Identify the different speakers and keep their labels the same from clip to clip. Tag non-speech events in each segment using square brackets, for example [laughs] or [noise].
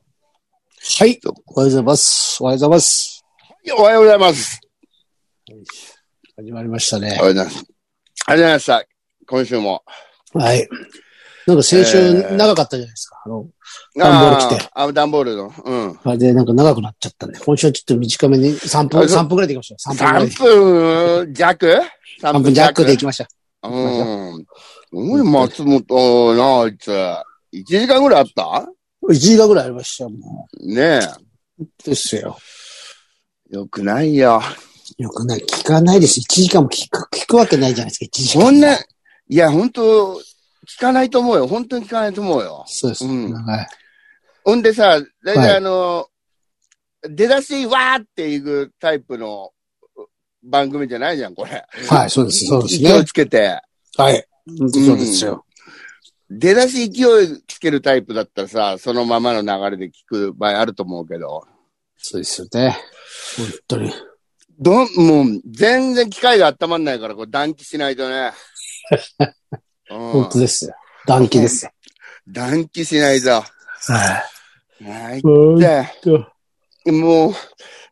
Speaker 1: はい。おはようございます。おはようございます。
Speaker 2: おはようございます。
Speaker 1: 始まりました
Speaker 2: お
Speaker 1: ね
Speaker 2: は。ようございます。ありがとうございました。今週も。
Speaker 1: はい。なんか先週
Speaker 2: えー
Speaker 1: 長かったじゃないですか。あの、段ボール来て
Speaker 2: あーあ、段ボールの。うん。
Speaker 1: あれでなんか長くなっちゃったんで、今週はちょっと短めに3
Speaker 2: あ
Speaker 1: 分、
Speaker 2: れそう
Speaker 1: 三分くらいでいきました。3分くらいで
Speaker 2: 3。分弱 ?3
Speaker 1: 3分ジャックでいきました。
Speaker 2: うん。すごい、松本な、あいつ。1時間ぐらいあった
Speaker 1: 1時間くらいありましたよも
Speaker 2: ね
Speaker 1: う。ですよ。
Speaker 2: え。よくないよ。
Speaker 1: よくない。聞かないです。1時間も聞く、聞くわけないじゃないですか。1時間。
Speaker 2: そんな、い。や、本当聞かないと思うよ。本当に聞かないと思うよ。
Speaker 1: そうです。
Speaker 2: うん
Speaker 1: 長い。
Speaker 2: ほんでさ、大
Speaker 1: はい
Speaker 2: 体あの、出だし、わーっていくタイプの番組じゃないじゃん、これ。
Speaker 1: はい、そうです。そうです
Speaker 2: 勢い
Speaker 1: ね。
Speaker 2: つけて。
Speaker 1: はい。本当そうですよ。
Speaker 2: 出だし勢いつけるタイプだったらさ、そのままの流れで聞く場合あると思うけど、
Speaker 1: そうですよね。本当に。
Speaker 2: どん、もう、全然機械が温まんないから、こう、暖気しないと
Speaker 1: [laughs]
Speaker 2: ね。う
Speaker 1: 本当
Speaker 2: ん、
Speaker 1: ですよ。暖気ですよ。
Speaker 2: 暖気しないと。
Speaker 1: はい。
Speaker 2: はい。
Speaker 1: 本
Speaker 2: で、
Speaker 1: 当
Speaker 2: もう、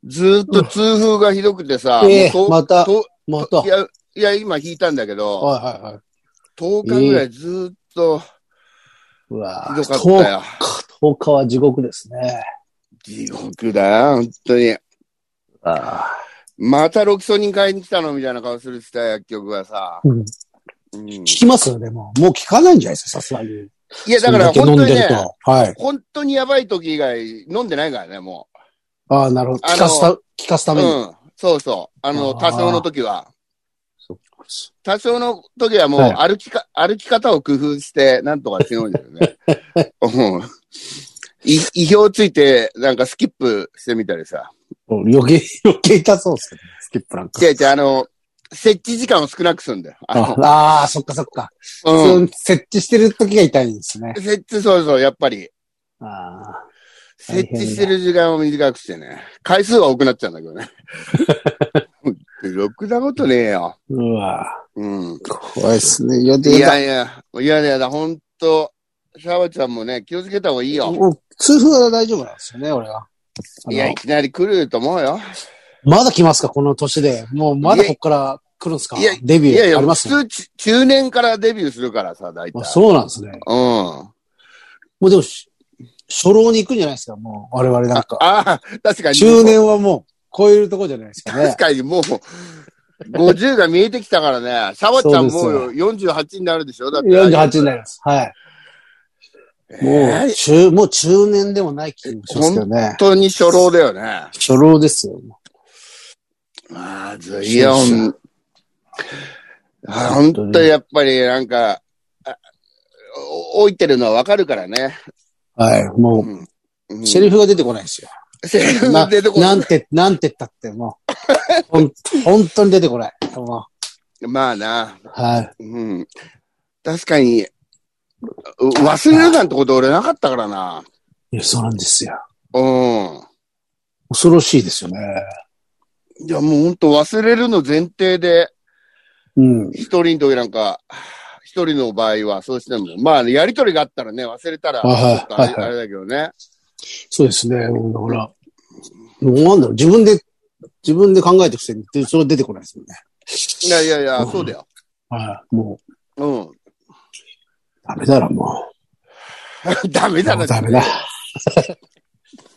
Speaker 2: ずーっと痛風がひどくてさ、
Speaker 1: ええ
Speaker 2: もうと
Speaker 1: また
Speaker 2: と
Speaker 1: また。はい
Speaker 2: いや、いや、今引いたんだけど、
Speaker 1: はいはい。
Speaker 2: 10日ぐらいずーっと
Speaker 1: うわ
Speaker 2: ひ
Speaker 1: ぁ
Speaker 2: どかったよ。
Speaker 1: 10日は地獄ですね。
Speaker 2: 地獄だよ、本当に。
Speaker 1: あ
Speaker 2: またロキソニン買いに来たのみたいな顔するってた薬局がさ。
Speaker 1: うん、聞
Speaker 2: うん
Speaker 1: きますよね、もう。もう聞かないんじゃないですか、さすがに。
Speaker 2: いや、だから
Speaker 1: そ
Speaker 2: 本
Speaker 1: んだけ飲んで
Speaker 2: 当に
Speaker 1: る
Speaker 2: ね、
Speaker 1: と。はい。
Speaker 2: 本当にやばい時以外飲んでないからね、も
Speaker 1: ああ、なるほど。
Speaker 2: あの
Speaker 1: 聞かすた、聞かすた
Speaker 2: う。
Speaker 1: めに。
Speaker 2: うん。そうそう。あの、
Speaker 1: あー
Speaker 2: 多少の時は。
Speaker 1: そうです
Speaker 2: 多少の時はもう
Speaker 1: は
Speaker 2: 歩きか、歩き方を工夫して、なんとかしのいでるね。 [laughs] うん。い意表ついて、なんかスキップしてみたりさ。
Speaker 1: 余計、 [laughs] 余計痛そうですけどね、スキップなんか
Speaker 2: 違。う違う、あの、設置時間を少なくすんだよ。あの
Speaker 1: ああ、そっかそっか。
Speaker 2: うん。
Speaker 1: そう設置してる時が痛いんですね。
Speaker 2: 設置、そうそう、やっぱり。
Speaker 1: ああ。大変
Speaker 2: 設
Speaker 1: だ
Speaker 2: 置してる時間を短くしてね。回数は多くなっちゃうんだけどね。 [laughs] ろくなことねえよ。
Speaker 1: うわ
Speaker 2: うん。
Speaker 1: ぁ。怖いですね。予
Speaker 2: い
Speaker 1: 定が。
Speaker 2: やいや、いやいやだ、ほんと、シャワちゃんもね、気をつけた方がいいよ。
Speaker 1: もう痛風は大丈夫なんですよね、俺は。あの
Speaker 2: いや、いきなり来ると思うよ。
Speaker 1: まだ来ますか、この年で。もうまだ
Speaker 2: い
Speaker 1: こ
Speaker 2: や
Speaker 1: っから来るんですか
Speaker 2: いや
Speaker 1: デビ
Speaker 2: いやい
Speaker 1: ュー
Speaker 2: や、
Speaker 1: あり
Speaker 2: 普
Speaker 1: ますね
Speaker 2: 通、ち中年からデビューするからさ、大体。
Speaker 1: あそうなんですね。
Speaker 2: うん。
Speaker 1: もうでもし、初老に行くんじゃないですか、もう。我々なん
Speaker 2: あ
Speaker 1: か。
Speaker 2: あ、確かに。
Speaker 1: 中年はもう超えるとこじゃないですかね
Speaker 2: [laughs] 確。かにもう、50が見えてきたからね、シャワちゃんもう48になるでしょだって。
Speaker 1: 48になります。はい。も
Speaker 2: え
Speaker 1: う、
Speaker 2: ー
Speaker 1: 中、もう中年でもない気もしますけどね。
Speaker 2: 本当に初老だよね。
Speaker 1: 初老ですよ。
Speaker 2: まずいよ。うんあ本
Speaker 1: 本当
Speaker 2: 当
Speaker 1: に
Speaker 2: やっぱりなんか、あお置いてるのはわかるからね。
Speaker 1: はい。も
Speaker 2: うんうん
Speaker 1: う、セリフが出てこないですよ。
Speaker 2: セリフ
Speaker 1: な
Speaker 2: [laughs] 出てこな
Speaker 1: なんて、なんて言ったって、も
Speaker 2: [laughs]
Speaker 1: う。ほん、本当に出てこない。も
Speaker 2: い。まあな。
Speaker 1: うはい。
Speaker 2: うん。確かに、う忘れるなんてこと俺なかったからな。
Speaker 1: いや、そうなんですよ。
Speaker 2: う
Speaker 1: 恐ろしいですよね。
Speaker 2: ん。いや、もう本当忘れるの前提で、
Speaker 1: うん。
Speaker 2: 一人の時なんか、一人の場合はそうしても、まあ、やりとりがあったらね、忘れたら、
Speaker 1: はい
Speaker 2: あ
Speaker 1: はい
Speaker 2: れあれだけどね。
Speaker 1: そうですね。だから、もうなんだろう、自分で、自分で考えてくせに、でそれ出てこないですよね。
Speaker 2: いやいやいや
Speaker 1: う、ん
Speaker 2: そうだよ。
Speaker 1: はい。もう、
Speaker 2: うん。
Speaker 1: ダメだな、も
Speaker 2: [laughs] ダメ
Speaker 1: う。
Speaker 2: だ
Speaker 1: も
Speaker 2: な。
Speaker 1: うダメだ。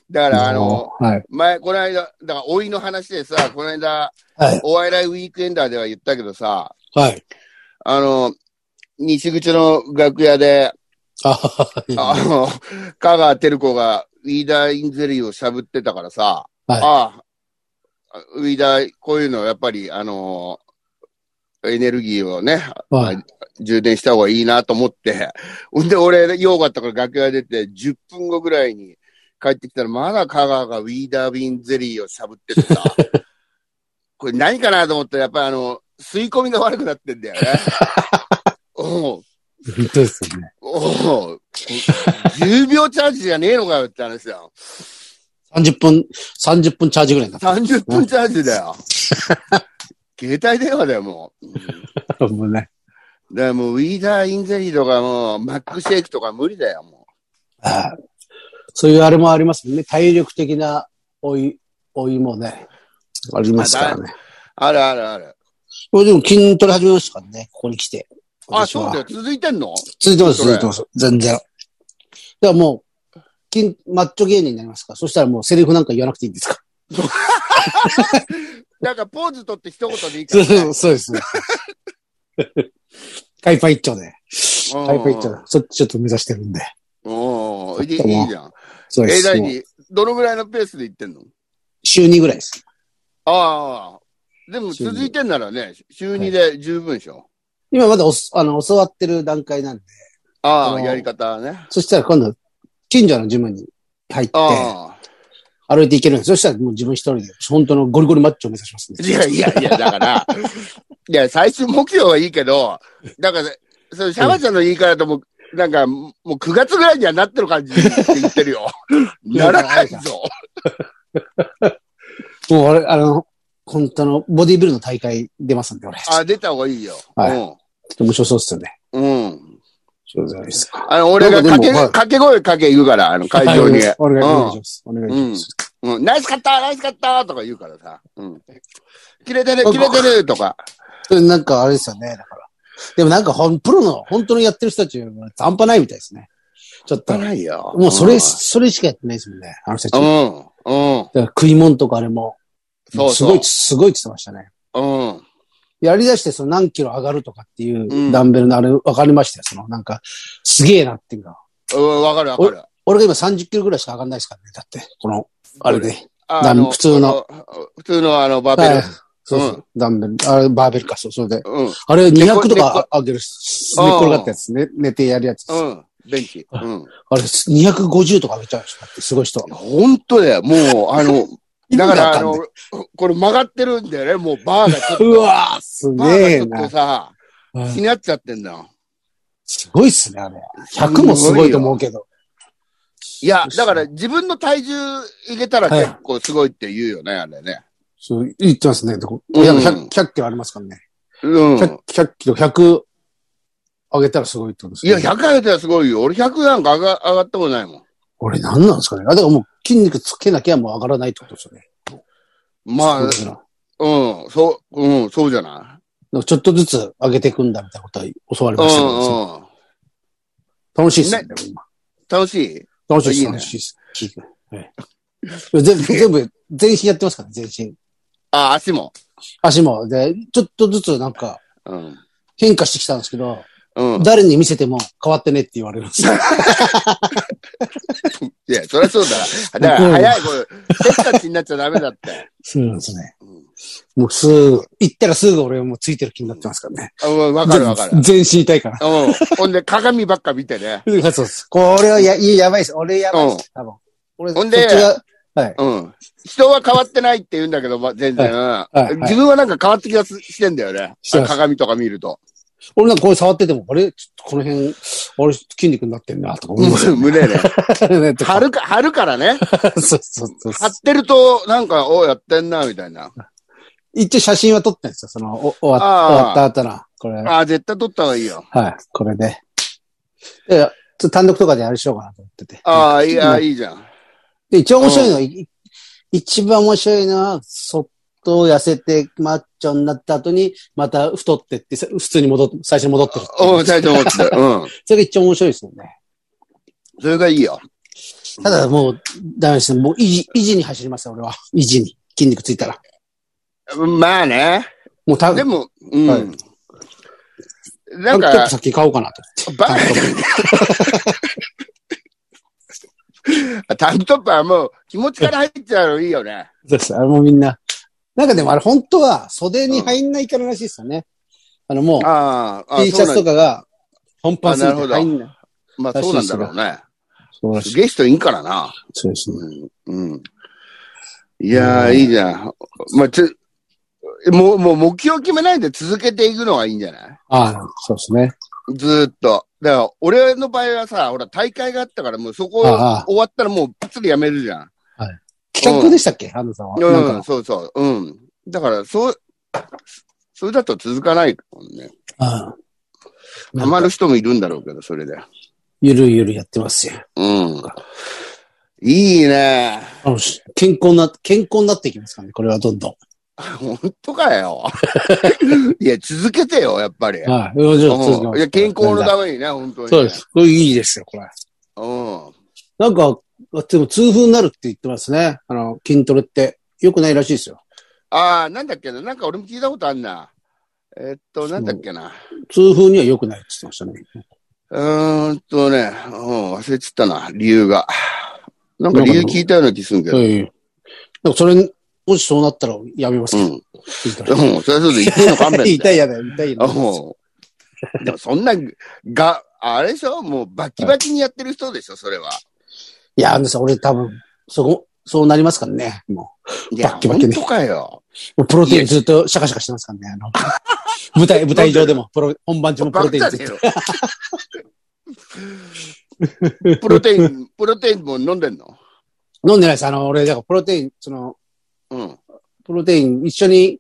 Speaker 2: だから、あの、
Speaker 1: もうはい。
Speaker 2: 前、この間、だから、老いの話でさ、この間、
Speaker 1: はい。
Speaker 2: お笑いウィークエンダーでは言ったけどさ、
Speaker 1: はい。
Speaker 2: あの、西口の楽屋で、
Speaker 1: あはい
Speaker 2: あの、香川照子がウィーダーインゼリーをしゃぶってたからさ、
Speaker 1: はい
Speaker 2: ああ、ウィーダー、こういうの、やっぱり、あの、エネルギーをね、
Speaker 1: はい。
Speaker 2: 充電した方がいいなと思って。 [laughs] ほんで、俺、用があったから楽屋出て、10分後ぐらいに帰ってきたら、まだ香川がウィーダービンゼリーをしゃぶっててさ。これ何かなと思ったら、やっぱりあの、吸い込みが悪くなってんだよね。おう
Speaker 1: 本当ですよね。
Speaker 2: おう10秒チャージじゃねえのかよって話だよ。
Speaker 1: 30分、30分チャージぐらいになった。
Speaker 2: 30分チャージだよ。携帯電話だよ、もう。
Speaker 1: もうね。
Speaker 2: だからもう、ウィーダーインゼリーとかもう、マックシェイクとか無理だよ、もう。
Speaker 1: はい。そういうあれもありますもんね。体力的な老い、老いもね、ありますからね。
Speaker 2: あるあるある。
Speaker 1: これでも筋トレ始めましたからね、ここに来て。
Speaker 2: あ、そうだ
Speaker 1: で
Speaker 2: よ。続いてんの
Speaker 1: 続いてます、
Speaker 2: 筋ト
Speaker 1: 続
Speaker 2: レ
Speaker 1: いてます。全然。だからもう、筋、マッチョ芸人になりますから。そしたらもうセリフなんか言わなくていいん
Speaker 2: [laughs]
Speaker 1: ですか。
Speaker 2: なんかポーズ取って一言でいいか
Speaker 1: そ
Speaker 2: ら
Speaker 1: う
Speaker 2: ね、
Speaker 1: そうそうです。
Speaker 2: [laughs]
Speaker 1: 海パン一丁で。
Speaker 2: うん
Speaker 1: 海パン一丁で。そっちちょっと目指してるんで。
Speaker 2: うん。いいいいじゃん。
Speaker 1: そうで
Speaker 2: え、
Speaker 1: す。もう
Speaker 2: 何どのぐらいのペースで行ってんの
Speaker 1: 週2ぐらいです。
Speaker 2: ああ。でも続いてんならね、週2で十分でしょ。
Speaker 1: 今まだおすあの教わってる段階なんで。
Speaker 2: あ
Speaker 1: う
Speaker 2: あ、
Speaker 1: ん
Speaker 2: やり方はね。
Speaker 1: そしたら今度、近所のジムに入って、
Speaker 2: あ
Speaker 1: 歩いていけるんです。そしたらもう自分一人で、本当のゴリゴリマッチョを目指します
Speaker 2: あ。
Speaker 1: ね。
Speaker 2: いやいやいや、
Speaker 1: [laughs]
Speaker 2: だから、いや、最終目標はいいけど、だから、そのシャワちゃんの言い方とも、なんか、もう9月ぐらいにはなってる感じって言ってるよ。 [laughs] ならない
Speaker 1: [laughs]
Speaker 2: ぞ。
Speaker 1: もう俺、あの、本当のボディビルの大会出ますんで、俺。ちょっ
Speaker 2: あ、出た方がいいよ。
Speaker 1: はと面白そうっすよね。
Speaker 2: うん。うん。
Speaker 1: そうじゃないですか。
Speaker 2: あの、俺が掛け、
Speaker 1: なん
Speaker 2: 掛け声かけ言うから、あの、会場に。
Speaker 1: お願いお願いします。お願いします。
Speaker 2: うん、ナイスカッター、ナイスカッターとか言うからさ。うん。切れてる、切れてるとか。
Speaker 1: それなんかあれですよね、だから。でもなんかほん、プロの、本当にやってる人たちは半端ないみたいですね。ちょっと。
Speaker 2: いよ
Speaker 1: もうそれ、それしかやってないですもんね、あの人た
Speaker 2: う
Speaker 1: ち。だか
Speaker 2: ん、うん、
Speaker 1: ら食い物とかあれも、
Speaker 2: そうそう
Speaker 1: すごい、すごいって言ってましたね。
Speaker 2: うん。
Speaker 1: やり出してその何キロ上がるとかっていううんダンベルのあれ、わかりましたよ。そのなんか、すげえなっていうか。
Speaker 2: うん、わかるわかる。
Speaker 1: 俺が今30キロぐらいしか上がんないですからね。だって、この、あれで。
Speaker 2: あ
Speaker 1: ダン普通の。
Speaker 2: あ普通のあの、バー
Speaker 1: はい
Speaker 2: ベル。
Speaker 1: そうそうう。ダンベル、あれ、バーベルか、そう、それで。
Speaker 2: うん、
Speaker 1: あれ200と
Speaker 2: 寝っこ
Speaker 1: か上げるし、寝っ転がったやつね。寝てやるやつ。あ
Speaker 2: うん。ベンチ。うん。
Speaker 1: れ、250とか上げちゃう人だって、すごい人は。
Speaker 2: ほんとだよ。もう、あの、だか
Speaker 1: [laughs]
Speaker 2: ら、あ
Speaker 1: 意味わかんない
Speaker 2: の、これ曲がってるんだよね。もうバーがちょっと。
Speaker 1: うわーす
Speaker 2: バ
Speaker 1: げえ
Speaker 2: ーがちょっ
Speaker 1: な
Speaker 2: と。さ、
Speaker 1: うん
Speaker 2: ひねっちゃってんだよ。
Speaker 1: すごいっすね、あれ。100もすごいと思うけど。
Speaker 2: いや、だから自分の体重いけたら結構すごいって言うよね、あれね。
Speaker 1: そう、言ってますね。でこ
Speaker 2: うん
Speaker 1: 親が 100, 100キロありますからね。
Speaker 2: うん。
Speaker 1: 100, 100キロ、100上げたらすごいってことです
Speaker 2: い
Speaker 1: ね。
Speaker 2: や、100上げたらすごいよ。俺100なんか上が上がったことないもん。
Speaker 1: 俺何なんですかね。あ、だからもう筋肉つけなきゃもう上がらないってことですよね。
Speaker 2: まあ、
Speaker 1: そううですね
Speaker 2: ん、そう、うん、そうじゃな
Speaker 1: なんかちょっとずつ上げていくんだみたいなことは教わり
Speaker 2: い。う
Speaker 1: ましたけど、
Speaker 2: ん、うん。
Speaker 1: 楽しいっすね
Speaker 2: ね。
Speaker 1: でも今
Speaker 2: 楽しい
Speaker 1: 楽しいっす、
Speaker 2: いいね
Speaker 1: 楽しいっす。聞いてはい全部、全部、全身やってますからね、全身。
Speaker 2: あ、足も。
Speaker 1: 足も。で、ちょっとずつなんか
Speaker 2: うん。
Speaker 1: 変化してきたんですけど、
Speaker 2: うん。
Speaker 1: 誰に見せても変わってねって言われるんですよ。
Speaker 2: いや、そりゃそうだ。だから、早い、これ、せっかちになっちゃダメだって。
Speaker 1: そうなんですね。
Speaker 2: うん
Speaker 1: もうすぐ、行ったらすぐ俺はもうついてる気になってますからね。
Speaker 2: あうん、わかるわかる。うん。
Speaker 1: 全身痛いから。
Speaker 2: ほんで、鏡ばっか見てね。
Speaker 1: そうです。これはや、いいやばいです。俺やばいです。多分。俺、
Speaker 2: ほんで
Speaker 1: そっちが
Speaker 2: うん。人は変わってないって言うんだけど、まあ、全然、
Speaker 1: いはい
Speaker 2: 自分はなんか変わって気がすしてんだよね。
Speaker 1: してます
Speaker 2: 鏡とか見ると。
Speaker 1: 俺なんかこれ触ってても、あれちょっとこの辺、俺筋肉になってんな、とか思いますよ [laughs] ね。
Speaker 2: 胸ね。
Speaker 1: [laughs] ねと
Speaker 2: 貼
Speaker 1: か
Speaker 2: るか、貼るか
Speaker 1: [laughs]
Speaker 2: らね。
Speaker 1: そうそうそう
Speaker 2: 貼ってると、なんか、おやってんな、みたいな。
Speaker 1: 一応写真は撮ったんですよ。その、お終わっ
Speaker 2: あー
Speaker 1: 終わった後な。これ。は
Speaker 2: ああ、絶対撮った方がいいよ。
Speaker 1: い。これで。いや、ちょっと単独とかであれしようかなと思ってて。
Speaker 2: ああ、いや、いいじゃん。
Speaker 1: で、一番面白いのは、い一番面白いのは、そっと痩せて、マッチョになった後に、また太ってって、さ普通に戻って、最初に戻ってるっていう
Speaker 2: うん、最初思って
Speaker 1: [laughs]
Speaker 2: た。うん。
Speaker 1: それが一番面白いですよね。
Speaker 2: それがいいよ。
Speaker 1: ただもう、ダメですね。もう維持、維持に走りますよ、俺は。維持に。筋肉ついたら。
Speaker 2: まあね。
Speaker 1: もう多
Speaker 2: で
Speaker 1: 分、
Speaker 2: も、うん。
Speaker 1: はい
Speaker 2: なん
Speaker 1: ちょっ
Speaker 2: か
Speaker 1: と、先買おうかなと
Speaker 2: バー [laughs] タンクトップはもう気持ちから入っちゃうのいいよね。
Speaker 1: そうです。あれもみんな。なんかでもあれ本当は袖に入んないかららしいですよね。あのもう、
Speaker 2: ああ、あ
Speaker 1: T シャツとかが本番すぎて入んない。
Speaker 2: そうなんまあそうなんだろうね。
Speaker 1: そうらし
Speaker 2: す
Speaker 1: い。
Speaker 2: げえ人いんからな。
Speaker 1: そうですね。
Speaker 2: うん。うん。いやー、いいじゃん。まあ、つ、もう、もう目標決めないで続けていくのがいいんじゃない
Speaker 1: ああ、そうですね。
Speaker 2: ずーっと。だから、俺の場合はさ、ほら、大会があったから、もうそこ
Speaker 1: ああ
Speaker 2: 終わったらもうパッツリやめるじゃん。
Speaker 1: 企画でしたっけ、ハンドさんは。
Speaker 2: う
Speaker 1: なん
Speaker 2: ん、
Speaker 1: か、
Speaker 2: そうそう。うん。だから、そう、それだと続かないもんね。
Speaker 1: ああ
Speaker 2: ハマる人もいるんだろうけど、それで。
Speaker 1: ゆるゆるやってますよ。
Speaker 2: うん。いいね。
Speaker 1: あの、し健康な、健康になっていきますからね、これはどんど
Speaker 2: 本当か
Speaker 1: [laughs]
Speaker 2: よ。いや、続けてよ、やっぱり。
Speaker 1: ん。はい。うんじゃあ続き
Speaker 2: う
Speaker 1: ま
Speaker 2: んい
Speaker 1: す
Speaker 2: や健康のためにね、本当に。
Speaker 1: そうで。す。これいいですよ、これ。
Speaker 2: うん。
Speaker 1: なんか、でも痛風になるって言ってますね。あの、筋トレって。良くないらしいですよ。
Speaker 2: ああ、なんだっけな。なんか俺も聞いたことあんな。えっと、なんだっけな。
Speaker 1: 痛風には良くないって言ってましたね。
Speaker 2: うーんとね、うん、忘れちゃったな、理由が。なんか理由聞いたような気するけど。
Speaker 1: はい。なんかそれ、もしそうなったらやめます
Speaker 2: う
Speaker 1: け
Speaker 2: ん。
Speaker 1: ど、
Speaker 2: うん、
Speaker 1: 筋トレ
Speaker 2: そりゃそうだ、痛いの勘弁だよ
Speaker 1: [laughs] 痛いやだよ、痛いやだよ。
Speaker 2: うんでもそんな、が、あれでしょもうバキバキにやってる人でしょそれは。
Speaker 1: いや、あのさ、俺多分、そこ、そうなりますからね。も
Speaker 2: いや、
Speaker 1: バキバキ
Speaker 2: 本
Speaker 1: ね
Speaker 2: 当かよ。
Speaker 1: う、もうプロテインずっとシャカシャカしてますからね。あの [laughs] 舞台、舞台上でも、プロ、本番中もプロ
Speaker 2: バカ
Speaker 1: テイ
Speaker 2: じ
Speaker 1: ン
Speaker 2: ゃ
Speaker 1: ずっ
Speaker 2: ねえ
Speaker 1: と。
Speaker 2: よ。プロテイン、プロテインも飲んでんの
Speaker 1: 飲んでないです。あの、俺、だからプロテイン、その、
Speaker 2: うん。
Speaker 1: プロテイン一緒に、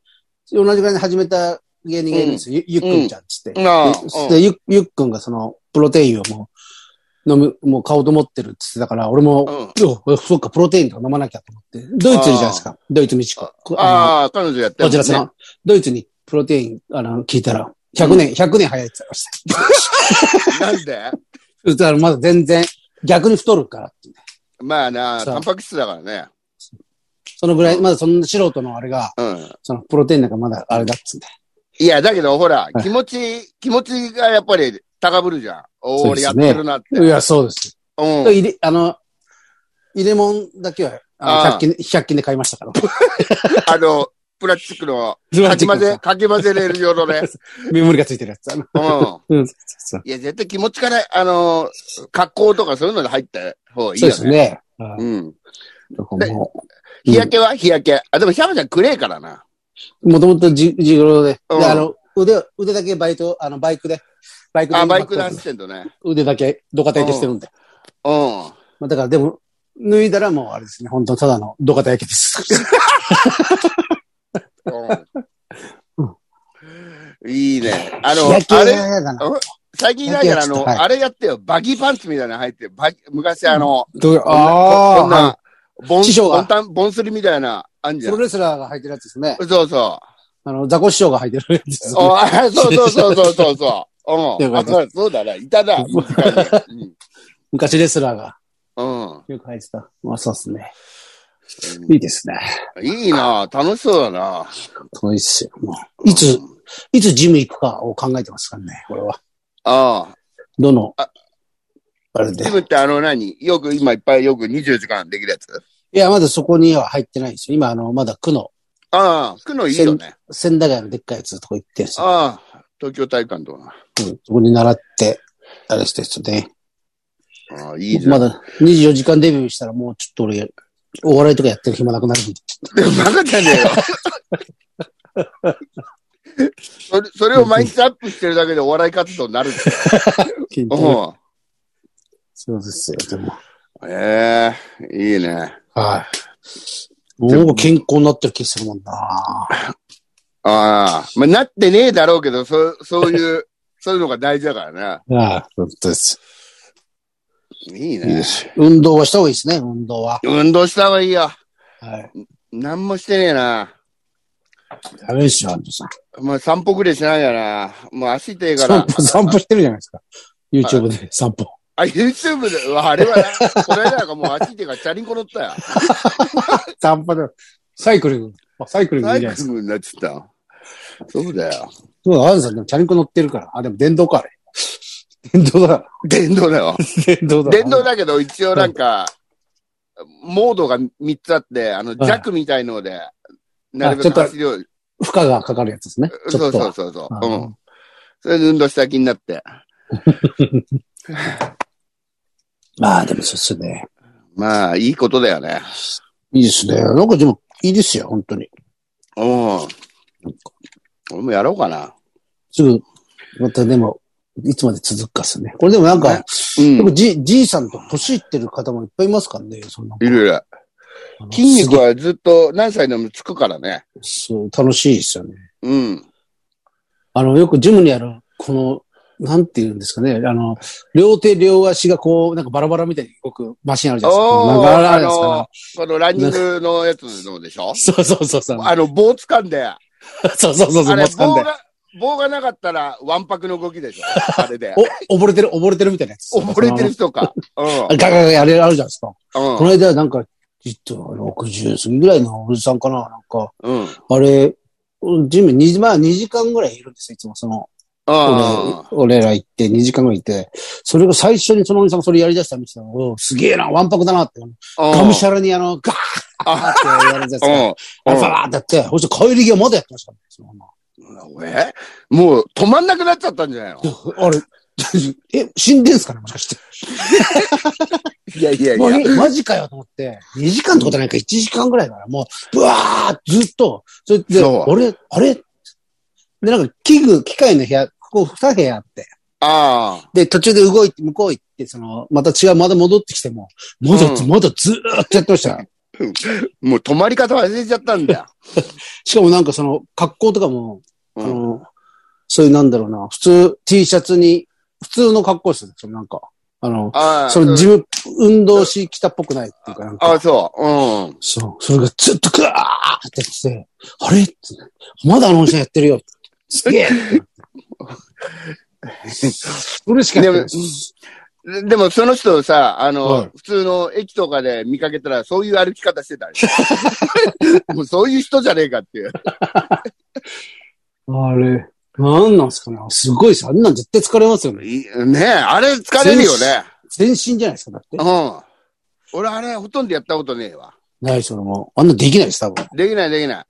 Speaker 1: 同じぐらいに始めた芸人がいるんですよ。ゆゆっくんちゃんっつって。
Speaker 2: なあ、
Speaker 1: ででゆゆっくんがその、プロテインをもう、飲む、もう買おうと思ってるって言ってたから、俺も、
Speaker 2: うん
Speaker 1: おそっか、プロテインとか飲まなきゃと思って。ドイツいるじゃないですか。ドイツ美智子。あ
Speaker 2: ああ、彼女やって
Speaker 1: の、こちらさ
Speaker 2: ね。
Speaker 1: ん。ドイツにプロテイン、あの、聞いたら、100年、100年早いって言ってました。
Speaker 2: なんで
Speaker 1: そしたらまだ全然、逆に太るからってね。
Speaker 2: まあな、
Speaker 1: そう
Speaker 2: タンパク質だからね。
Speaker 1: そのぐらい、まだそんな素人のあれが、
Speaker 2: うん。
Speaker 1: そのプロテインなんかまだあれだっつって。
Speaker 2: いや、だけどほら
Speaker 1: は、い
Speaker 2: 気持ち、気持ちがやっぱり高ぶるじゃん。おー
Speaker 1: そうで
Speaker 2: 俺やっ
Speaker 1: すね
Speaker 2: てるなって。
Speaker 1: いや、そうです。
Speaker 2: うん。
Speaker 1: 入れ、あの、入れ物だけは、あ
Speaker 2: ああ
Speaker 1: の、100均で、100均で買いましたから。
Speaker 2: あの、プラスチックの、
Speaker 1: ず
Speaker 2: かき混ぜ、かき混ぜれる用のね。
Speaker 1: メモリがついてるやつ。あの
Speaker 2: うん。
Speaker 1: うん、そうそう
Speaker 2: いや、絶対気持ちから、あの、格好とかそういうので入った方がいい
Speaker 1: そう
Speaker 2: よ
Speaker 1: で
Speaker 2: ね。
Speaker 1: すね。うん
Speaker 2: うん。
Speaker 1: どこも
Speaker 2: 日焼けは日焼け。あ、でもシャバちゃんくれえからな。
Speaker 1: もともとじ、じごろで。
Speaker 2: うん
Speaker 1: で、あの、腕、腕だけバイト、あの、バイクで。バイクで。
Speaker 2: あ、バイクのアクセントね。
Speaker 1: 腕だけ、どかた焼けしてるんで。
Speaker 2: うん。
Speaker 1: まあ、だからでも、脱いだらもうあれですね、本当ただのどかた焼けです。
Speaker 2: うん。いいね。 [laughs] あの
Speaker 1: 日焼、け
Speaker 2: あ
Speaker 1: は
Speaker 2: れ、
Speaker 1: 嫌だな。
Speaker 2: 最近だからあ
Speaker 1: 日焼けはちょっ
Speaker 2: の、
Speaker 1: とはい
Speaker 2: あれやってよ、バギーパンツみたいなの入ってる、バギ昔あの、
Speaker 1: どういう
Speaker 2: こん
Speaker 1: ああ
Speaker 2: な、ボン、
Speaker 1: 師匠が
Speaker 2: ボンタン、ボンスリみたいな、あん
Speaker 1: ー、プ
Speaker 2: じゃ
Speaker 1: ロ
Speaker 2: ん。
Speaker 1: レスラーが履いてるやつですね。
Speaker 2: そうそ
Speaker 1: あの、ザコ師匠が履いてるやつです
Speaker 2: う。
Speaker 1: ね。
Speaker 2: おあそうそうそうそうそうそう。う
Speaker 1: よ
Speaker 2: ん。
Speaker 1: か
Speaker 2: あ
Speaker 1: った
Speaker 2: そうだね。いたな。
Speaker 1: うん
Speaker 2: うん
Speaker 1: 昔レスラーが
Speaker 2: うん。
Speaker 1: よく履いてた。まあ、そうですね。いいですね。
Speaker 2: いいな楽しそうだな。
Speaker 1: そうですよ。もういつ、いつジム行くかを考えてますからね、これは。
Speaker 2: ああ。
Speaker 1: どの
Speaker 2: あ、
Speaker 1: あれで
Speaker 2: ジ。ムってあの何よく今いっぱいよく24時間できるやつ
Speaker 1: いや、まだそこには入ってないんですよ。今、あの、まだ区の、
Speaker 2: ああ、くのいいよね。
Speaker 1: 仙台街のでっかいやつのとこ行ってるんですよ。
Speaker 2: ああ、東京体育館とか
Speaker 1: うんそこに習って、あれしてるんですよね。
Speaker 2: な。ああ、いいじゃん。
Speaker 1: まだ24時間デビューしたらもうちょっと俺、お笑いとかやってる暇なくなるんで。
Speaker 2: バカじゃねえよ。それ、それを毎日アップしてるだけでお笑い活動になるんだ
Speaker 1: [laughs]
Speaker 2: よ。うん
Speaker 1: そうですよ、でも。
Speaker 2: ええいいね。
Speaker 1: はい。もう健康になってる気するもんな
Speaker 2: ああ、まあ、なってねえだろうけど、そう、そ
Speaker 1: [laughs]
Speaker 2: ういう、そういうのが大事だから
Speaker 1: ああ、本当です。
Speaker 2: ね。いい
Speaker 1: いい
Speaker 2: ね
Speaker 1: で。す。運動はした方がいいですね、運動は。
Speaker 2: 運動した方がいいよ。
Speaker 1: はい。
Speaker 2: なんもしてねえな。
Speaker 1: ダメですよ、安藤さん。
Speaker 2: もう散歩くれしないやな。もう足痛いか
Speaker 1: 散
Speaker 2: ら。
Speaker 1: 歩、散歩してるじゃないですか。YouTube で散歩。
Speaker 2: あ、YouTube で、うわあれはな、これなんかもう足痛いからチャリンコ乗ったよ。
Speaker 1: 散歩で、サイクリング。あサイク [laughs] リングい
Speaker 2: サ
Speaker 1: いじゃない
Speaker 2: イ
Speaker 1: ですか
Speaker 2: クリングになっちゃった。そうだよ。
Speaker 1: そうだ、アンさんでもチャリンコ乗ってるから。あ、でも電動か、あれ。 [laughs] 電動だ。 [laughs]
Speaker 2: 電動だよ。
Speaker 1: 電動だ。
Speaker 2: 電動だけど、一応なんか、モードが3つあって、あの、
Speaker 1: い
Speaker 2: ジャックみたいので、なるべ
Speaker 1: ちょ
Speaker 2: く
Speaker 1: っと
Speaker 2: 走るように。
Speaker 1: 負荷がかかるやつですね。ち
Speaker 2: そ
Speaker 1: ょっ
Speaker 2: うそ
Speaker 1: と。
Speaker 2: うそうそうう。うんん。それで運動した気になって。
Speaker 1: まあでもそうですね。
Speaker 2: まあ、いいことだよね。
Speaker 1: いいですね。なんかでも、いいですよ、本当に。
Speaker 2: うん。俺もやろうかな。
Speaker 1: すぐ、またでも、いつまで続くかっすね。これでもなん
Speaker 2: ね
Speaker 1: か、
Speaker 2: うん。
Speaker 1: で。もじ、じいさんと年いってる方もいっぱいいますからね、そんない
Speaker 2: ろいろ。筋肉はずっと何歳でもつくからね。
Speaker 1: そう、楽しいですよね。
Speaker 2: うん。
Speaker 1: あの、よくジムにある、この、なんて言うんですかね。あの、両手両足がこう、なんかバラバラみたいに動くマシンあるじゃないです
Speaker 2: おー
Speaker 1: か。なんかバラバラですから。
Speaker 2: このランニングのやつので
Speaker 1: [laughs]
Speaker 2: しょ
Speaker 1: そうそうそうそう。
Speaker 2: あの、棒掴んで、あ
Speaker 1: そうそうそうそう。
Speaker 2: れ
Speaker 1: マ、スカン
Speaker 2: 棒
Speaker 1: で。
Speaker 2: が、棒がなかったら、わんぱくの動きでしょ
Speaker 1: [laughs]
Speaker 2: あれで。
Speaker 1: お、溺れてる、溺れてるみたいなやつ。
Speaker 2: 溺れてる人か。うん。
Speaker 1: あガガガガあれあるじゃないですか。こ
Speaker 2: う
Speaker 1: の間なんか、えっと、60過ぎぐらいのおじさんかななんか、
Speaker 2: ん。うん。
Speaker 1: あれ、ジム2、まあ2時間ぐらいいるんですよ、いつもその、
Speaker 2: ああ。
Speaker 1: 俺俺ら行って2時間ぐらいいて、それが最初にそのおじさんがそれやり出したみたいなおうすげえな、わんぱくだなって。がむしゃらにあの、ガーってやるやつです
Speaker 2: うん。
Speaker 1: よ。
Speaker 2: う
Speaker 1: ババ
Speaker 2: ん
Speaker 1: バーってやって、ほんと帰り際まだやってましたね。そのま
Speaker 2: うん。えもう止まんなくなっちゃったんじゃないの
Speaker 1: まあれ、 [laughs] え、死んでんすかねもしかして。
Speaker 2: いやいやい
Speaker 1: もう
Speaker 2: や。
Speaker 1: えマジかよと思って、2時間ってことないか、1時間ぐらいから、もう、ぶわーずっと、それで、
Speaker 2: そう
Speaker 1: あれあれで、なんか、器具、機械の部屋、ここ2部屋あって、
Speaker 2: ああ。
Speaker 1: で、途中で動いて、向こう行って、その、また違う、まだ戻ってきても、まだ、
Speaker 2: うん
Speaker 1: まだずーっとやってましたよ。
Speaker 2: もう止まり方忘れちゃったんだよ。
Speaker 1: しかもなんかその、格好とかも、
Speaker 2: う
Speaker 1: あ
Speaker 2: ん。
Speaker 1: の、そういうなんだろうな、普通、T シャツに、普通の格好ですよね、そのなんか。あの、
Speaker 2: ああ。
Speaker 1: その、自分、運動し来たっぽくないっていうか、なんか。
Speaker 2: ああ、そう。うん。
Speaker 1: そう。それがずっとグワーってきて、あれまだあのおじさんやってるよ。すげえそれしかやってないです。
Speaker 2: ででも、その人さ、あの、
Speaker 1: はい
Speaker 2: 普通の駅とかで見かけたら、そういう歩き方してたよ [laughs] もうそういう人じゃねえかっていう。
Speaker 1: あれ。なんなんすかねすごいです。あんなん絶対疲れますよね。
Speaker 2: いねえ、あれ疲れるよね。
Speaker 1: 全身じゃないですか、だって
Speaker 2: う。ん。俺、あれ、ほとんどやったことねえわ。
Speaker 1: ないそれも。あんなできないです、多分。
Speaker 2: できない、できない。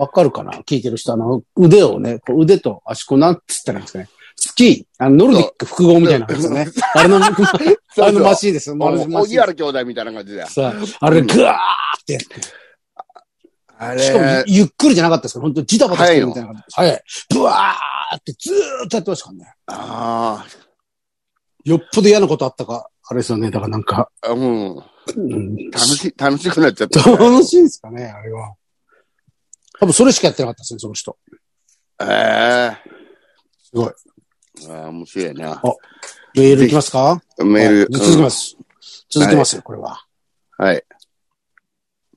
Speaker 1: わかるかな聞いてる人。あの、腕をね、こう腕と足、こうなんつったらいいんですかね。スキー、あの、ノルディック複合みたいなのですよね。あれの、あ
Speaker 2: そうそう
Speaker 1: れのマシーです。あれの
Speaker 2: もう
Speaker 1: マシ
Speaker 2: 荻
Speaker 1: ー
Speaker 2: 原兄弟みたいな感じだよ。
Speaker 1: さあ、あれ、グワーってやって。
Speaker 2: あ
Speaker 1: しかもゆ、ゆっくりじゃなかったですから、本当ジタバタしてるみたいな感じ。はい。ブワーってずーっとやってましたからね。
Speaker 2: あ
Speaker 1: よっぽど嫌なことあったか、あれですよね。だからなんか、
Speaker 2: あ、うん。
Speaker 1: うん、
Speaker 2: 楽しい、楽しくなっちゃった。
Speaker 1: 楽しいんですかね、あれは。多分それしかやってなかったですね、その人。
Speaker 2: ええ
Speaker 1: すごい。
Speaker 2: ああ、面白いな。
Speaker 1: メールいきますか
Speaker 2: メール。。
Speaker 1: はい続きますす。続きますよ、これは。
Speaker 2: はい。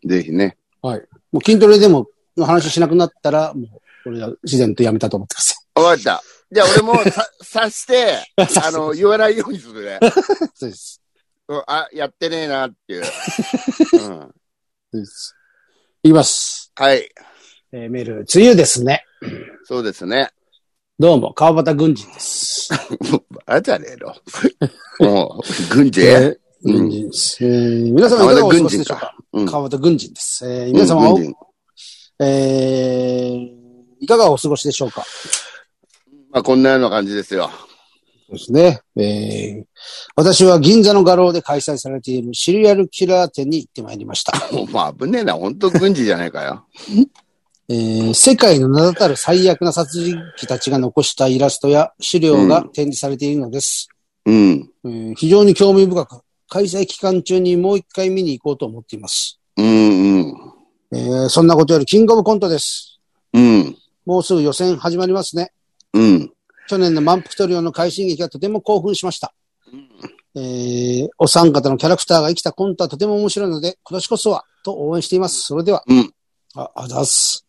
Speaker 2: ぜひね。
Speaker 1: もう筋トレでも、の話しなくなったら、もう、これは自然とやめたと思ってくださ
Speaker 2: わかった。じゃあ俺
Speaker 1: [laughs]
Speaker 2: もさ、さして、あの、言わないようにする
Speaker 1: い。
Speaker 2: ね。
Speaker 1: [laughs] そうです。
Speaker 2: うんあ、やってねえなって
Speaker 1: [laughs]
Speaker 2: いう。うん、
Speaker 1: そうです。いきます。
Speaker 2: はい。
Speaker 1: えーメール、梅雨ですね。
Speaker 2: そうですね。
Speaker 1: どうも、川端軍人です。
Speaker 2: あれじゃねえの。 [laughs] もう、軍事、
Speaker 1: えー
Speaker 2: うん
Speaker 1: 軍人です。えー皆様いかがお過ごしでしょうか
Speaker 2: うん、
Speaker 1: 川端軍人です。えー皆様
Speaker 2: う
Speaker 1: を
Speaker 2: ん軍、人
Speaker 1: えーいかがお過ごしでしょうか
Speaker 2: まあ、こんなような感じですよ。
Speaker 1: そうですね。えー私は銀座の画廊で開催されているシリアルキラー展に行ってまいりました。
Speaker 2: もう、まあ、危ねえな。本当軍事じゃねえかよ。
Speaker 1: えー世界の名だたる最悪な殺人鬼たちが残したイラストや資料が展示されているのです。
Speaker 2: うん。
Speaker 1: えー非常に興味深く、開催期間中にもう一回見に行こうと思っています。
Speaker 2: うん、うん。
Speaker 1: えーそんなことよりキングオブコントです。
Speaker 2: うん。
Speaker 1: もうすぐ予選始まりますね。
Speaker 2: うん。
Speaker 1: 去年の満腹トリオの快進撃がとても興奮しました。えー、お三方のキャラクターが生きたコントはとても面白いので、今年こそは、と応援しています。それでは。
Speaker 2: うん
Speaker 1: あ、あざっす。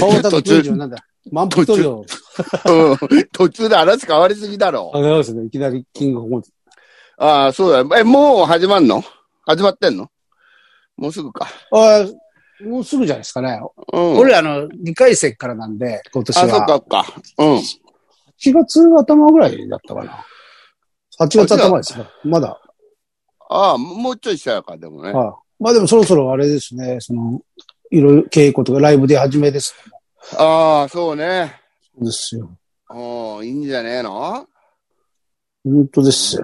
Speaker 1: 顔型の90なんだ。
Speaker 2: [laughs]
Speaker 1: 満腹トリオ。
Speaker 2: うん途中で話変わりすぎだろ。
Speaker 1: そうですね。いきなりキングオブコント。
Speaker 2: ああ、そうだ。え、もう始まんの始まってんのもうすぐか。
Speaker 1: あーもうすぐじゃないですかね。
Speaker 2: うん。
Speaker 1: 俺、あの、2回戦からなんで、今年
Speaker 2: あ、そっ
Speaker 1: は。
Speaker 2: か、そっか。うん。
Speaker 1: 8月頭ぐらいだったかな。8月頭ですね。まだ。
Speaker 2: ああ、もうちょいしたらか、でもね。
Speaker 1: はい。まあでもそろそろあれですね、その、いろいろ稽古とかライブで始めです。
Speaker 2: ああ、そうね。
Speaker 1: ですよ。
Speaker 2: うん、いいんじゃねえの
Speaker 1: 本当ですよ。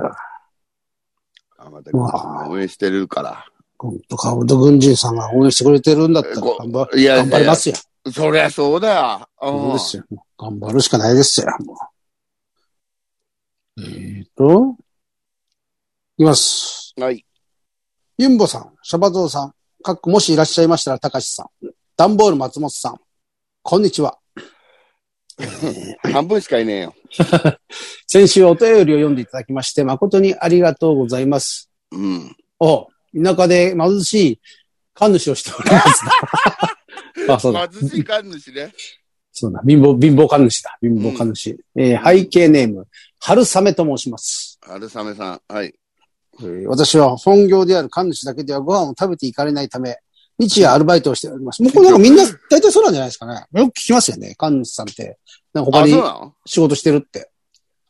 Speaker 2: あ、また
Speaker 1: うわ
Speaker 2: 応援してるから。
Speaker 1: 本当川本軍人さんが応援してくれてるんだったら
Speaker 2: えこ
Speaker 1: 頑張
Speaker 2: いや
Speaker 1: 頑張りますよ。
Speaker 2: いやそりゃそうだよ。。
Speaker 1: そううんですよ。頑張るしかないですよ。もうえっ、と、いきます。
Speaker 2: はい。
Speaker 1: ユンボさん、シャバゾウさん、かっこもしいらっしゃいましたら、たかしさん、ダンボール松本さん、こんにちは。
Speaker 2: 半分しかいねえよ。
Speaker 1: 先週お便りを読んでいただきまして、誠にありがとうございます。
Speaker 2: うん。
Speaker 1: お、田舎で貧しい神主をしております。 [laughs] あ、そうだ。
Speaker 2: 貧しい神主ね。
Speaker 1: そうだ。貧乏、貧乏神主だ。貧乏神主。えー背景ネーム、春雨と申します。
Speaker 2: 春雨さん。はい。
Speaker 1: えー私は本業である神主だけではご飯を食べていかれないため、日夜アルバイトをしております。もうこれなんかみんな大体そうなんじゃないですかね。よく聞きますよね、神主さんって。なんか他
Speaker 2: あ、そう
Speaker 1: に
Speaker 2: なの
Speaker 1: 仕事してるって。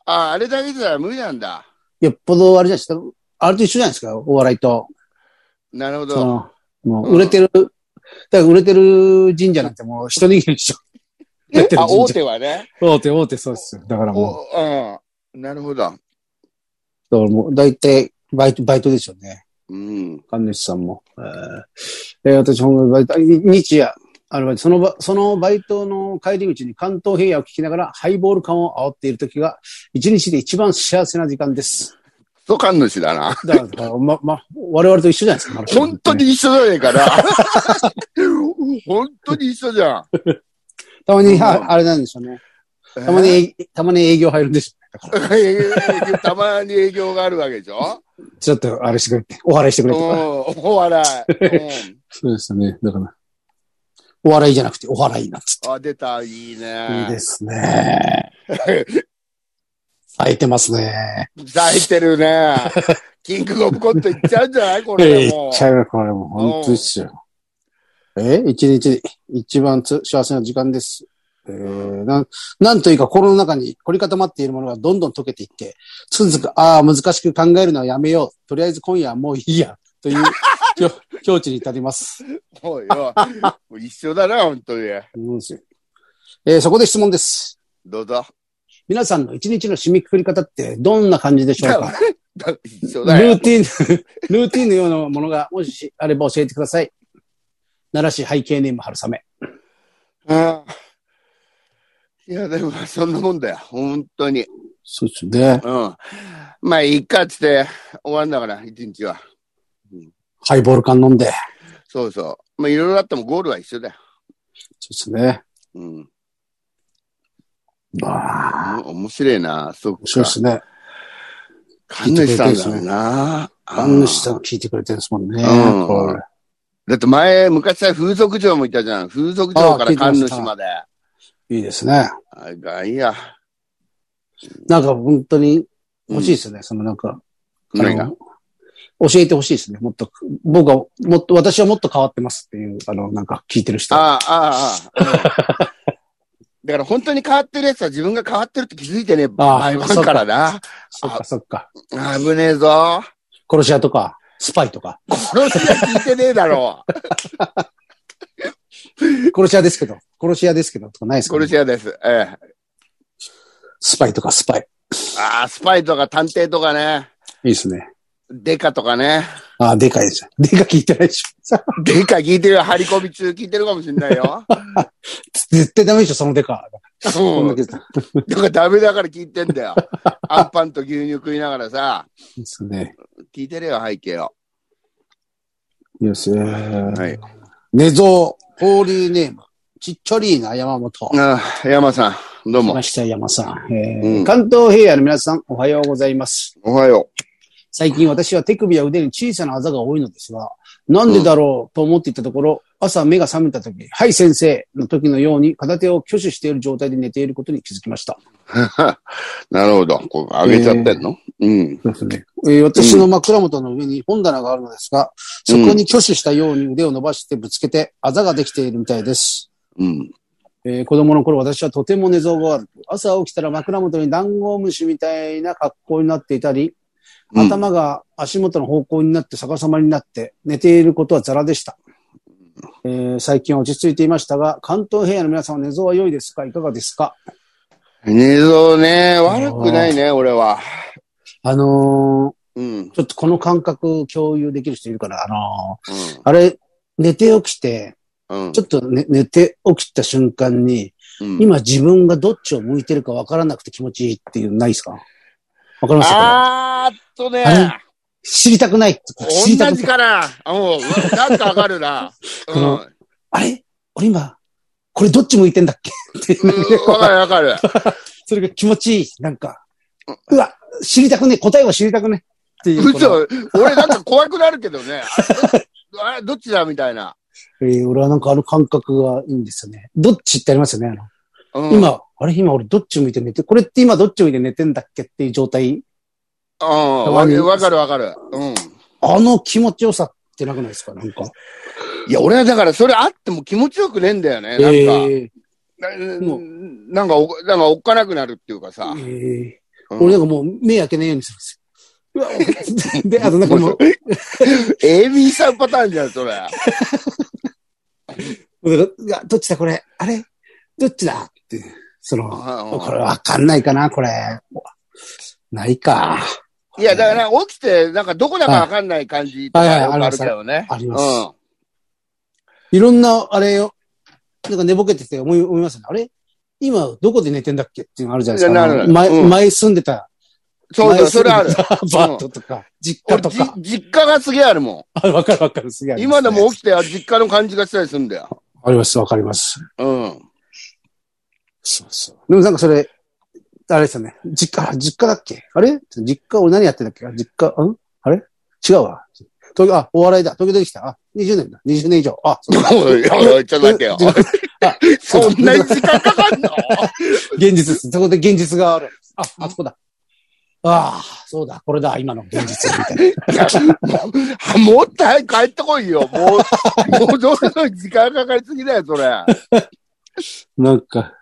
Speaker 2: あ、あれだけじゃ無理なんだ。
Speaker 1: よっぽどあれじゃないですか。あれと一緒じゃないですか、お笑いと。
Speaker 2: なるほ
Speaker 1: そ
Speaker 2: ど。
Speaker 1: の、も
Speaker 2: うん
Speaker 1: う売れてる、だから売れてる神社なんてもう一握りでし
Speaker 2: [laughs]
Speaker 1: ょ。売れてる
Speaker 2: あ、
Speaker 1: 神
Speaker 2: 大
Speaker 1: 社。
Speaker 2: 手はね。
Speaker 1: 大手、大手、そうですよ。だからも
Speaker 2: おうん。なるほど。
Speaker 1: う、だからもう大体バイト、バイトですよね。
Speaker 2: うん。
Speaker 1: 神主さんも。えーえー私、本バイト、に日夜、アルバイト、その場、そのバイトの帰り口に関東平野を聞きながらハイボール感を煽っている時が、一日で一番幸せな時間です。
Speaker 2: そう神主だな。
Speaker 1: だから、だからま、ま、我々と一緒じゃないですか。
Speaker 2: [laughs] 本当。に一緒じゃねえかな。 [laughs] 本当に一緒じゃん。
Speaker 1: たまに、ああれなんでしょうね。たまに、えたまに営業入るんでしょうね。だから、
Speaker 2: たまに営業があるわけでしょ
Speaker 1: ちょっとあれしてくれって、お払いしてく
Speaker 2: うん
Speaker 1: れとか。
Speaker 2: お笑
Speaker 1: そうですよね。だから、お笑いじゃなくてお払いなっつっ
Speaker 2: い。うん。あ、出た。いい
Speaker 1: て。いい
Speaker 2: ね
Speaker 1: で。すね。咲いてますね。
Speaker 2: 抱いてるね。キングオブコントいっちゃうんじゃないこ
Speaker 1: ええ
Speaker 2: れ、
Speaker 1: いっ
Speaker 2: も
Speaker 1: ちゃうよ、これもう。本当ですよ。え一日で一番つ幸せな時間です。えー、なん、なんというか心の中に凝り固まっているものがどんどん溶けていって、つくづく、ああ、難しく考えるのはやめよう。とりあえず今夜はもういいや。と [laughs] いう、きょ境地に至ります。
Speaker 2: う。もうよ。もう一緒だな、本当に。
Speaker 1: うんですよえーそこで質問です。
Speaker 2: どうぞ。 [laughs]
Speaker 1: 皆さんの一日の締めくくり方ってどんな感じでしょうか
Speaker 2: 一緒
Speaker 1: ル
Speaker 2: だよ
Speaker 1: ー。ティン、 [laughs] ルーティンのようなものが、もしあれば教えてください。奈良市背景ネーム春雨。
Speaker 2: うんいや、でも、そんなもんだよ。本当に。
Speaker 1: そうですね。
Speaker 2: うん。まあ、いいかっつって終わるんだから、一日は。
Speaker 1: ハイボール缶飲んで。
Speaker 2: そうそう。まあ、いろいろあってもゴールは一緒だよ。
Speaker 1: そうですね。
Speaker 2: うん。
Speaker 1: まあ、
Speaker 2: お面白いな。そっか。
Speaker 1: そうですね。
Speaker 2: 神主さんだもんな。
Speaker 1: 神主さんが聞いてくれてるんですもんね。
Speaker 2: うん
Speaker 1: これ
Speaker 2: だって前、昔は風俗嬢もいたじゃん。風俗嬢から神主まで。
Speaker 1: いいですね。
Speaker 2: あがいや。
Speaker 1: なんか本当に欲しいですよね。そのなんか、あ
Speaker 2: 何が
Speaker 1: の教えてほしいですね。もっと、僕は、もっと、私はもっと変わってますっていう、あの、なんか聞いてる人。
Speaker 2: ああ、ああ、ああ。だから本当に変わってるやつは自分が変わってるって気づいてね。
Speaker 1: あ
Speaker 2: ああ、からな。
Speaker 1: そっかそっか。
Speaker 2: 危ねえぞ。
Speaker 1: 殺し屋とか、スパイとか。
Speaker 2: 殺しは聞いてねえだろ
Speaker 1: [laughs]
Speaker 2: う。
Speaker 1: 殺し屋ですけど、殺し屋ですけど、とかないですか、
Speaker 2: 殺し屋です。ええ。
Speaker 1: スパイとかスパイ。
Speaker 2: ああ、スパイとか探偵とかね。
Speaker 1: いいですね。
Speaker 2: デカとかね。
Speaker 1: ああ、でかいです。でか聞いてないでしょ。 [laughs]
Speaker 2: デカ聞いてるよ。張り込み中聞いてるかもしんないよ。
Speaker 1: 絶対ダメでしょ、そのでか。こん
Speaker 2: う
Speaker 1: だ
Speaker 2: ん
Speaker 1: け。
Speaker 2: だからダメだから聞いてんだよ。アンパンと牛乳食いながらさ、
Speaker 1: ですね。
Speaker 2: 聞いてるよ、背景を。
Speaker 1: いいですね。
Speaker 2: はい。
Speaker 1: 寝相、ホーリーネーム、ちっちゃりーな山本。
Speaker 2: ああ、山さん、どう
Speaker 1: 来
Speaker 2: も
Speaker 1: ま。した、山さん、えー
Speaker 2: うん
Speaker 1: 関東平野の皆さん、おはようございます。
Speaker 2: おはよ
Speaker 1: 最近私は手首や腕に小さなあざが多いのですが、なんでだろうと思っていたところ、朝目が覚めた時、はい先生の時のように片手を挙手している状態で寝ていることに気づきました。
Speaker 2: う。 [laughs] なるほど。こう上げちゃってんの、うん。
Speaker 1: そうですね。えー私の枕元の上に本棚があるのですが、そこに挙手したように腕を伸ばしてぶつけて、あざができているみたいです。
Speaker 2: うん。
Speaker 1: えー子供の頃私はとても寝相が悪く、朝起きたら枕元にダンゴムシみたいな格好になっていたり、
Speaker 2: うん
Speaker 1: 頭が足元の方向になって逆さまになって寝ていることはザラでした。えー最近は落ち着いていましたが、関東平野の皆さんは寝相は良いですかいかがですか
Speaker 2: 寝相ね、悪くないね、俺は。
Speaker 1: あの
Speaker 2: うん。
Speaker 1: ちょっとこの感覚共有できる人いるから、あのあれ、寝て起きて、
Speaker 2: うん。うん
Speaker 1: ちょっと、ね、寝て起きた瞬間に、
Speaker 2: うん、
Speaker 1: 今自分がどっちを向いてるかわからなくて気持ちいいっていうのないですかわかりますかこれ
Speaker 2: あーっとね、
Speaker 1: あ知りたくない。知りた
Speaker 2: 同
Speaker 1: く
Speaker 2: じ
Speaker 1: ない。
Speaker 2: かな。もう、なんか上がるな。
Speaker 1: [laughs] この
Speaker 2: うん。
Speaker 1: あれ俺今、これどっち向いてんだっけって。
Speaker 2: うんわかるわかる。
Speaker 1: それが気持ちいい。なんか、うわ、知りたくねえ。答えを知りたくねえ。っていう。この
Speaker 2: 嘘、俺なんか怖くなるけどね。あれ、あれどっ [laughs] ちだみたいな。
Speaker 1: えー俺はなんかあの感覚がいいんですよね。どっちってありますよね。あの
Speaker 2: うん、
Speaker 1: 今、あれ今俺どっち向いて寝て、これって今どっち向いて寝てんだっけっていう状態。
Speaker 2: うん、わわかるわかる。うん。
Speaker 1: あの気持ちよさってなくないですかなんか。
Speaker 2: いや、俺はだからそれあっても気持ちよくねえんだよね。なんか、
Speaker 1: えー
Speaker 2: な
Speaker 1: もう
Speaker 2: なんかお、なんかおっかなくなるっていうかさ。
Speaker 1: え
Speaker 2: う
Speaker 1: ー
Speaker 2: ん
Speaker 1: 俺なんかもう目開けないようにするんですよ。うわで、あとなんかも
Speaker 2: [laughs]
Speaker 1: う、
Speaker 2: AB さんパターンじゃん、それ。
Speaker 1: うわどっちだこれあれどっちだって。その、これわかんないかなこれ。ないか。
Speaker 2: いや、だから起きて、なんかどこだかわかんない感じとか
Speaker 1: はいはい
Speaker 2: よくあるけどね。
Speaker 1: あり
Speaker 2: う
Speaker 1: ます。
Speaker 2: ん。
Speaker 1: いろんな、あれよ。なんか寝ぼけてて思い思いますね。あれ今、どこで寝てんだっけっていうのあるじゃないです
Speaker 2: い
Speaker 1: か。
Speaker 2: や
Speaker 1: あ
Speaker 2: なる
Speaker 1: の
Speaker 2: なる
Speaker 1: 前、
Speaker 2: うん
Speaker 1: 前住んでた。
Speaker 2: そうそう、
Speaker 1: 前
Speaker 2: そ
Speaker 1: 住んで
Speaker 2: れ
Speaker 1: た
Speaker 2: ある。
Speaker 1: アパートとか、実家
Speaker 2: 俺
Speaker 1: と
Speaker 2: じ
Speaker 1: か。
Speaker 2: 実家がすげえあるも
Speaker 1: あ [laughs] わかるわかる。すげえあ
Speaker 2: ん。
Speaker 1: ります
Speaker 2: 今
Speaker 1: ね
Speaker 2: でも起きて、あ実家の感じがしたりするんだよ。
Speaker 1: あります、わかります。
Speaker 2: うん。
Speaker 1: そうそう。でもなんかそれ、あれですよね。実家、あ実家だっけあれ実家、俺何やってんだっけあ実家、んあれ違うわ。東京、あ、お笑いだ。東京出てきた。あ、20年だ。20年以上。あ、そうか
Speaker 2: おいおい、ちょっと待ってよ。
Speaker 1: あ
Speaker 2: そんなに時間かかんの
Speaker 1: [laughs] 現実です。そこで現実がある。あ、あそこだ。ああ、そうだ、これだ、今の現実みたいな。
Speaker 2: いやもうもっと早く帰ってこいよ。もう、もうどうせ時間かかりすぎだよ、それ。
Speaker 1: [laughs] なんか、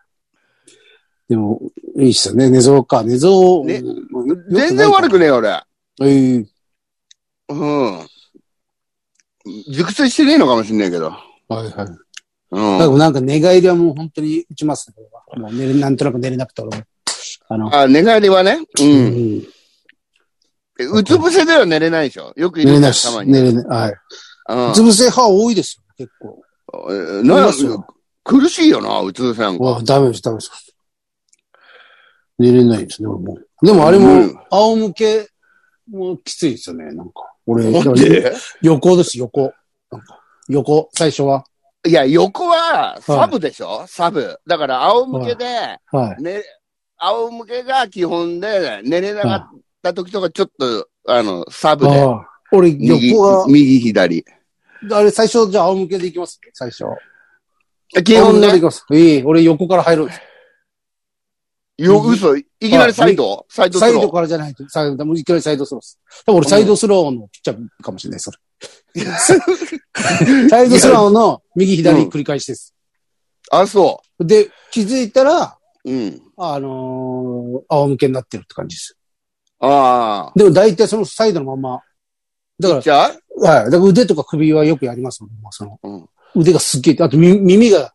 Speaker 1: でも、いいっすよね。寝相か。寝相。
Speaker 2: ね
Speaker 1: うん
Speaker 2: 全然悪。
Speaker 1: よ
Speaker 2: くねえよ、俺。
Speaker 1: くないえー
Speaker 2: うん。熟睡してねえのかもしんないけど。
Speaker 1: はいはい。だ
Speaker 2: うん。
Speaker 1: からなんか寝返りはもう本当に打ちますね。俺はもう寝れなんとなく寝れなくて、俺も。あの、
Speaker 2: あ、寝返りはね。う。
Speaker 1: うんん。
Speaker 2: うつ伏せでは寝れないでしょ。よくい
Speaker 1: 寝
Speaker 2: る
Speaker 1: れ
Speaker 2: ん
Speaker 1: ない
Speaker 2: だよ、
Speaker 1: っす
Speaker 2: た。まに。
Speaker 1: 寝れない。はい。
Speaker 2: うん
Speaker 1: うつ伏せ派多いですよ、結構。
Speaker 2: え
Speaker 1: 寝
Speaker 2: なん
Speaker 1: ますよ。
Speaker 2: 苦しいよな、うつ伏せなんか。
Speaker 1: わあ、ダメです、ダメです。寝れないですね、俺も。でもあれも
Speaker 2: うん、
Speaker 1: 仰向けもきついですよね、なんか。俺、
Speaker 2: なんで
Speaker 1: 横です、横。なんか横、最初は。
Speaker 2: いや、横はサブでしょサブ。だから、仰向けで、
Speaker 1: はい。
Speaker 2: ね、仰向けが基本で、寝れなかった時とかちょっと、あの、サブで。
Speaker 1: ああ俺、
Speaker 2: 右
Speaker 1: 横は、、
Speaker 2: 右、左。
Speaker 1: あれ、最初、じゃあ、仰向けでいきます。最初。
Speaker 2: 基本
Speaker 1: 仰向けでい
Speaker 2: ね、
Speaker 1: きます。いい。俺、横から入るんです。
Speaker 2: よ、嘘、いきなりサイドサイドス
Speaker 1: サイ
Speaker 2: ロ
Speaker 1: ド
Speaker 2: ー。
Speaker 1: からじゃないと、サイド、もういきなりサイドスローです。多分俺、サイドスローのピッチャーかもしれない、そ
Speaker 2: [laughs]
Speaker 1: れ。サイドスローの右、左繰り返しです。
Speaker 2: あ、そ
Speaker 1: で、気づいたら、
Speaker 2: う。うん。
Speaker 1: あのー仰向けになってるって感じです。
Speaker 2: あ
Speaker 1: でも大体そのサイドのまま。だか
Speaker 2: あ。じゃあ、
Speaker 1: ら、はい。だから腕とか首はよくやりますもん、もうその。
Speaker 2: うん
Speaker 1: 腕がすっげえ、あと耳耳が、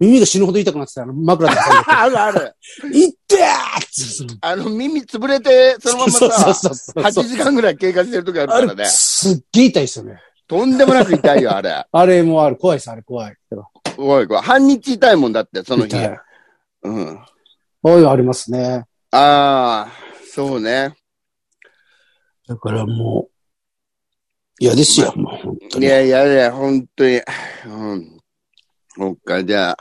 Speaker 1: 耳が死ぬほど痛くなってたあの枕で挟んで
Speaker 2: あるある。 [laughs]
Speaker 1: て。いってーってその
Speaker 2: あの、耳潰れて、そのまま
Speaker 1: そうそう
Speaker 2: さ、
Speaker 1: そうそう。
Speaker 2: 8時間ぐらい経過してる時ある
Speaker 1: あ
Speaker 2: から
Speaker 1: れ、
Speaker 2: ね。
Speaker 1: すっげえ痛いですよね。
Speaker 2: とんでもなく痛いよ、あれ。
Speaker 1: あれもある。怖いです、あれ怖い。
Speaker 2: おい、これ半日痛いもんだって、その日
Speaker 1: 痛。い。
Speaker 2: うん。あ
Speaker 1: おい、ありますね。
Speaker 2: あー、そうね。
Speaker 1: だからもう、嫌ですよ、もう本当
Speaker 2: い
Speaker 1: に。
Speaker 2: やいやいや、本当に。うん。そっか、じゃあ、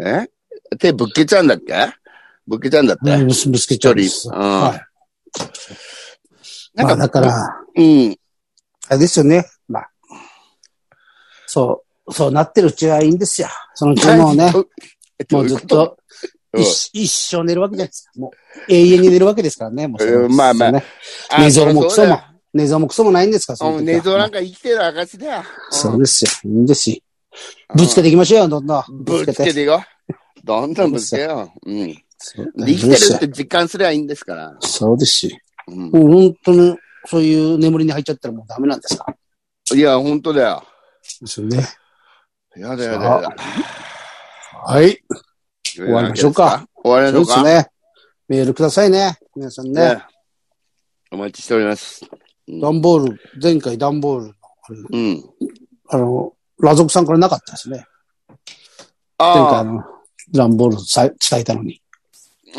Speaker 2: え手ぶっけちゃうんだっけぶっけちゃうんだって。
Speaker 1: うんぶすぶつけちゃうんです。
Speaker 2: うん
Speaker 1: はい。
Speaker 2: なん
Speaker 1: まあだから、
Speaker 2: うん。
Speaker 1: あれですよね。まあ。そう、そうなってるうちはいいんですよ。そのうちもうね、も
Speaker 2: [laughs] どう
Speaker 1: う
Speaker 2: い
Speaker 1: ず
Speaker 2: う
Speaker 1: っ、
Speaker 2: ことうん
Speaker 1: 一一生寝るわけじゃないですか。もう永遠に寝るわけですからね。もうその
Speaker 2: うんまあまあ
Speaker 1: ね
Speaker 2: あ
Speaker 1: 寝相もクソ
Speaker 2: そう
Speaker 1: も、寝相もクソもないんですから、そ
Speaker 2: だ
Speaker 1: の
Speaker 2: うん
Speaker 1: 時は
Speaker 2: 寝相なんか生きてる証だよ。
Speaker 1: そうですよ。いいんですよ。ぶつけていきましょうよ、どんどん。
Speaker 2: ぶつけ。ていこう。どんどんぶつけよう。うん。
Speaker 1: そう
Speaker 2: 生きてるって実感すりゃいいんですから。
Speaker 1: そうですよ。
Speaker 2: うん。
Speaker 1: もう本当に、そういう眠りに入っちゃったらもうダメなんですから。
Speaker 2: いや、本当だよ。
Speaker 1: ですよね。
Speaker 2: やだやだやだ。
Speaker 1: はい。
Speaker 2: 終
Speaker 1: わりましょうか。
Speaker 2: 終わり
Speaker 1: そ
Speaker 2: ま
Speaker 1: う
Speaker 2: し
Speaker 1: で
Speaker 2: ょう
Speaker 1: すね。
Speaker 2: か。
Speaker 1: メールくださいね。皆さんね。
Speaker 2: ねお待ちしております。
Speaker 1: 段ボール、前回段ボールのあれ、
Speaker 2: うん。
Speaker 1: あの、ラゾクさんこれなかったですね。前回あ
Speaker 2: あ
Speaker 1: の、段ボールさ伝えたのに。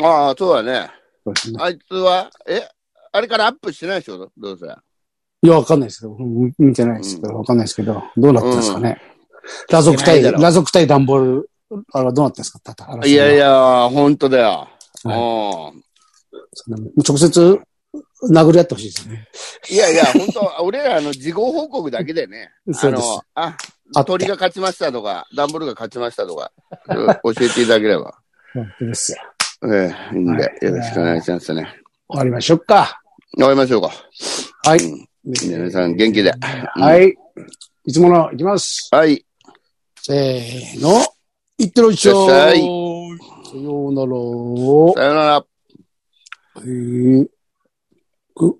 Speaker 2: あ、ああ、そうだね。
Speaker 1: そうですね
Speaker 2: あいつは、え、あれからアップしてないでしょどうせ。
Speaker 1: いや、わかんないですけど、うん見てないですけど、わかんないですけど、どうなったんですかね。ラゾク
Speaker 2: い
Speaker 1: 対、
Speaker 2: やないだろう
Speaker 1: ラゾク対段ボールあれはどうなったんですかたた
Speaker 2: いやい。や、本当だよ。うん。
Speaker 1: そんなもう直接殴り合ってほしいですね。
Speaker 2: いや
Speaker 1: [laughs]
Speaker 2: いや、本当俺らあの、事後報告だけでね。あ
Speaker 1: そうです
Speaker 2: の、あ、
Speaker 1: あって
Speaker 2: 鳥が勝ちましたとか、ダンボールが勝ちましたとか、うん教えていただければ。
Speaker 1: 本当ですよ。
Speaker 2: ええ、いいんで
Speaker 1: は、い
Speaker 2: よろしくお願いしますね。
Speaker 1: 終わりましょうか。
Speaker 2: 終わりましょうか。
Speaker 1: はい。
Speaker 2: うん皆さん元気で。
Speaker 1: はい。いつもの、いきます。
Speaker 2: はい。
Speaker 1: せーの。いってらっしゃい。
Speaker 2: いってらっしゃい
Speaker 1: さようなら。
Speaker 2: さよなら。
Speaker 1: えー、く